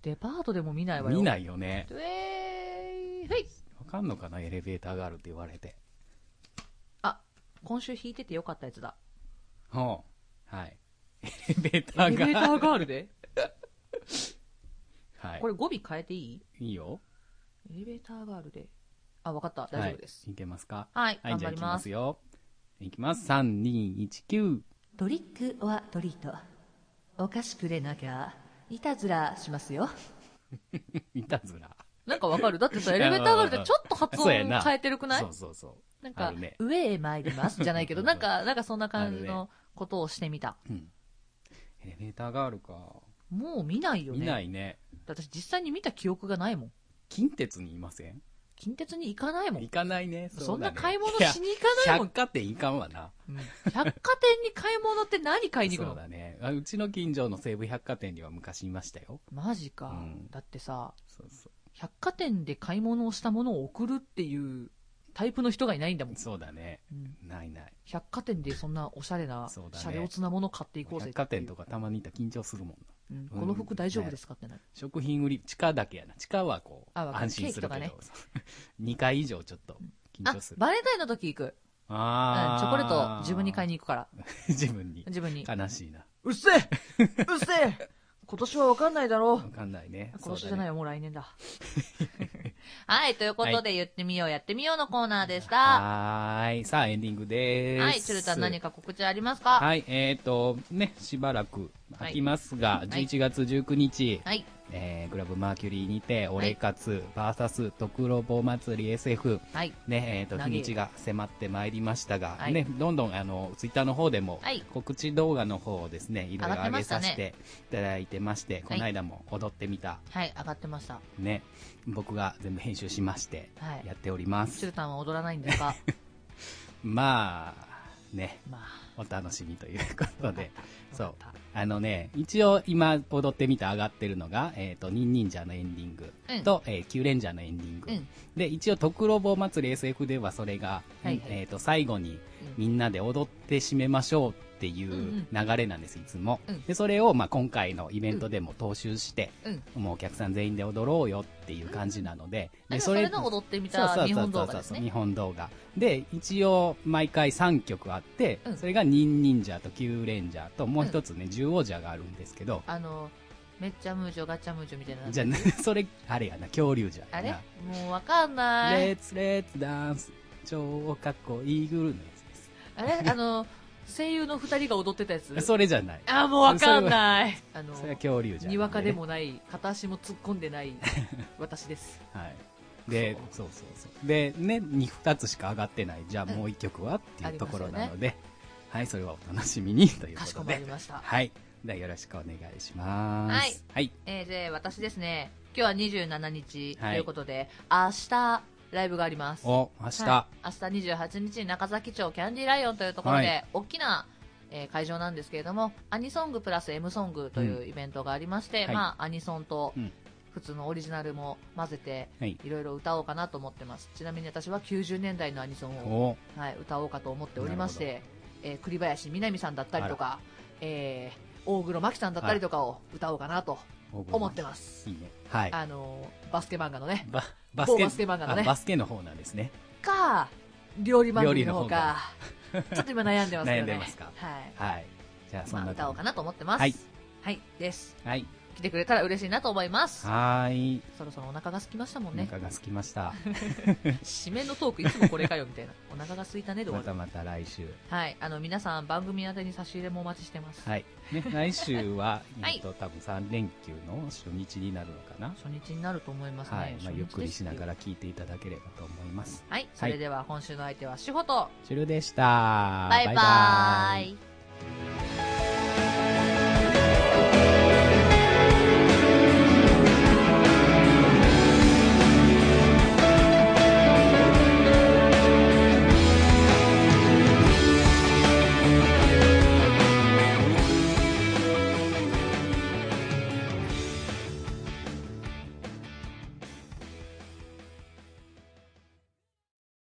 Speaker 1: デパートでも見ないわよ。
Speaker 2: 見
Speaker 1: い。
Speaker 2: ないよね。
Speaker 1: ウェーイふい
Speaker 2: わかんのかなエレベーターガールって言われて。
Speaker 1: あ、今週弾いててよかったやつだ。
Speaker 2: ほう。はい。 エレベータ
Speaker 1: エレ
Speaker 2: ー
Speaker 1: ベー
Speaker 2: ガール。
Speaker 1: ターガールで
Speaker 2: はい
Speaker 1: こ。れ語尾変えていい
Speaker 2: いいよ。
Speaker 1: エレベーターガールで。あ、わかった。大丈夫です。
Speaker 2: はい、いけますか
Speaker 1: はい
Speaker 2: はい、
Speaker 1: 頑
Speaker 2: じ
Speaker 1: 張ります
Speaker 2: ゃあいきますよ。いきます。3、2、1、9。
Speaker 1: トリックはトリート。お菓子くれなきゃ、いたずらしますよ。
Speaker 2: いたずら。
Speaker 1: なんかわかるだって さ、エレベーターガールってちょっと発
Speaker 2: そうや
Speaker 1: 音変えてるくない
Speaker 2: そうそうそう。
Speaker 1: なん
Speaker 2: あ
Speaker 1: か、
Speaker 2: るね
Speaker 1: 上へ参りますじゃない けど、なんか、なんかそんな感じ
Speaker 2: ある
Speaker 1: のことをしてみた。
Speaker 2: エレベーターガールか。
Speaker 1: もう見ないよね。
Speaker 2: 見ないね。
Speaker 1: 私実際に見た記憶がないもん。
Speaker 2: 近鉄にいません
Speaker 1: 近鉄に行かないもん
Speaker 2: 行。かないね。
Speaker 1: そ
Speaker 2: うんだ
Speaker 1: な
Speaker 2: ね
Speaker 1: 買い物しに行かないもん
Speaker 2: 百。貨店行かんわな。
Speaker 1: うん百貨店に買い物って何買いに行く
Speaker 2: そう
Speaker 1: の
Speaker 2: だね。あうちの近所の西武百貨店には昔いましたよ。
Speaker 1: マジか、
Speaker 2: うん
Speaker 1: だってさ、
Speaker 2: そうそ
Speaker 1: 百貨店で買い物をしたものを送るっていうタイプの人がいないんだもん
Speaker 2: う。。そうだね。
Speaker 1: うん
Speaker 2: ないない。
Speaker 1: 百貨店でそんなおしゃれな、
Speaker 2: そうだね
Speaker 1: 車両つなもの買っていこうぜ
Speaker 2: 百
Speaker 1: っていう
Speaker 2: 貨店とかたまに行ったら緊張するもんな。
Speaker 1: うんこの服大丈夫ですかってなる。
Speaker 2: 食品売り、地下だけやな。地下はこう、
Speaker 1: あわかる
Speaker 2: 安心するけど、
Speaker 1: ケーキと
Speaker 2: 2回以上ちょっと緊
Speaker 1: あ
Speaker 2: 張す、る。
Speaker 1: バレンタインの時行く。うん
Speaker 2: あ
Speaker 1: チョコレート自分に買い
Speaker 2: に。
Speaker 1: に行くから。
Speaker 2: 自分に。
Speaker 1: 自分に。
Speaker 2: 悲しいな。
Speaker 1: うっせえうっせえ今年は分かんないだろ
Speaker 2: わかんないね。
Speaker 1: 今年じゃない
Speaker 2: よ。
Speaker 1: よ、もう来 年だ。はい、ということで、言ってみよう、やってみようのコーナーでした。
Speaker 2: はーい。さあ、エンディングでーす。
Speaker 1: はい、鶴田何
Speaker 2: か。
Speaker 1: か告知ありますか
Speaker 2: はい、えっ、ー、と、ね、しばらく空きますが、
Speaker 1: い
Speaker 2: 11月19日、
Speaker 1: はい、
Speaker 2: えー、クラブマーキュリーにて、オレカツ、バーサス、トクロボ祭り SF、
Speaker 1: はい、
Speaker 2: ね、えっ、と、
Speaker 1: 投
Speaker 2: 日
Speaker 1: げ
Speaker 2: にちが迫ってまいりましたが、
Speaker 1: はい
Speaker 2: ね、どんどん、あの、ツイッターの方でも
Speaker 1: はい、
Speaker 2: 告知動画の方をですね、いろいろ上げさせていただいてまして、この間も踊ってみた、
Speaker 1: はい、上がってました。
Speaker 2: ね、僕が全部編集しまして
Speaker 1: はい、
Speaker 2: やっております。
Speaker 1: 鶴田は踊らないんですか
Speaker 2: まあ、ね、
Speaker 1: ま
Speaker 2: お楽しみというこ とで、
Speaker 1: あ、
Speaker 2: そう
Speaker 1: よかっ
Speaker 2: あのね、一応今踊ってみて上がってるのが、えっ、と、ニンニンジャーのエンディング
Speaker 1: うん
Speaker 2: と、えーキュウレンジャーのエンディング。
Speaker 1: うん
Speaker 2: で、一応、トクロボ祭り SF ではそれが、
Speaker 1: はいはい
Speaker 2: えっ、と、最後に
Speaker 1: うん
Speaker 2: みんなで踊って締めましょうってい
Speaker 1: ん
Speaker 2: う流れなんです、いつも。
Speaker 1: うん
Speaker 2: で、それを、まあ、今回のイベントでも踏襲して、
Speaker 1: た。うん。
Speaker 2: もうお客さん全員で踊ろうよっていう感じなので、
Speaker 1: あ
Speaker 2: で
Speaker 1: でそれの踊ってみ
Speaker 2: そうそ
Speaker 1: た
Speaker 2: う
Speaker 1: 日
Speaker 2: そう
Speaker 1: 本
Speaker 2: そ
Speaker 1: 動
Speaker 2: う
Speaker 1: 画
Speaker 2: そう
Speaker 1: ですね
Speaker 2: 日。本動画で一応毎回3曲あって、
Speaker 1: うん
Speaker 2: それが「ニンニンジャー」と「キューレンジャー」ともう一つね「十王ジャー」があるんですけど、
Speaker 1: あの、めっちゃムージョ、ガチャムージョみたいな。
Speaker 2: じゃあ それあれやな恐竜じゃ
Speaker 1: あれ
Speaker 2: な
Speaker 1: もうわかん
Speaker 2: 「
Speaker 1: ない。
Speaker 2: レッツレッツダンス超かっこいいグルー」のやつ
Speaker 1: あれあの、声優の二人が踊ってたやつ
Speaker 2: ですそれじゃない
Speaker 1: あ、もうわかんない。あの
Speaker 2: そ、れは恐竜じゃん
Speaker 1: にわかでもない、片足も突っ込んで ない私です。
Speaker 2: はいでそうそうそうでね 2, つしか上がってないじゃあもう一曲は、っていうところなので、はいそれはお楽しみにという
Speaker 1: か
Speaker 2: こ
Speaker 1: しことま
Speaker 2: で
Speaker 1: りました。
Speaker 2: はい。ではよろしくお願いします。はい。
Speaker 1: えー、で、私ですね、今日は27日と
Speaker 2: はい
Speaker 1: いうことで、明日、ライブがあります。
Speaker 2: お、明日。
Speaker 1: はい、明日28日に中崎町キャンディライオンというところで、
Speaker 2: はい
Speaker 1: 大きな、えー会場なんですけれどもアニソングプラス M ソングというイベントがありまして、
Speaker 2: はい
Speaker 1: まあ、アニソンと
Speaker 2: うん
Speaker 1: 普通のオリジナルも混ぜて
Speaker 2: はい。
Speaker 1: いろいろ歌おうかなと思ってますちなみに私は90年代のアニソンを、
Speaker 2: お、
Speaker 1: はい、歌おうかと思っておりまして、えー栗林みなみさんだったりとか、えー大黒摩季さんだったりとかを歌おうかなと思ってます。
Speaker 2: いいね。はい。
Speaker 1: あのーバスケ漫画のね、
Speaker 2: ばバ
Speaker 1: 某バスケ漫画のね
Speaker 2: あバスケの方なんですね。
Speaker 1: か、料理番組の方か、ちょっと今悩んでますよね。
Speaker 2: 悩んでますか
Speaker 1: はい。
Speaker 2: はい。じゃあ、そん
Speaker 1: まあ、
Speaker 2: な
Speaker 1: 歌おうかなと思ってます。
Speaker 2: はい。
Speaker 1: はい、です。
Speaker 2: はい。
Speaker 1: 来てくれたら嬉しいなと思います。
Speaker 2: はーい。
Speaker 1: そろそろお腹が空きましたもん
Speaker 2: お
Speaker 1: ね。
Speaker 2: 腹が空き ました。
Speaker 1: 締めのトークいつもこれかよみ たいな。お腹が空いたねで終
Speaker 2: ま
Speaker 1: わる。
Speaker 2: たまた来週。
Speaker 1: はい。あの、皆さん番組宛てに差し入れもお待ちしてます。
Speaker 2: はい。 ね、来週は、
Speaker 1: はい
Speaker 2: えっと、多分3連休の初日になるのかな。
Speaker 1: 初日になると思いますね。
Speaker 2: はい。まあ、
Speaker 1: 初日
Speaker 2: ゆっくりしなが
Speaker 1: ですよ。
Speaker 2: ら聞いていただければと思います。
Speaker 1: はい。それでは今週の相手はしほと、
Speaker 2: シュルでした。
Speaker 1: バイバーイ。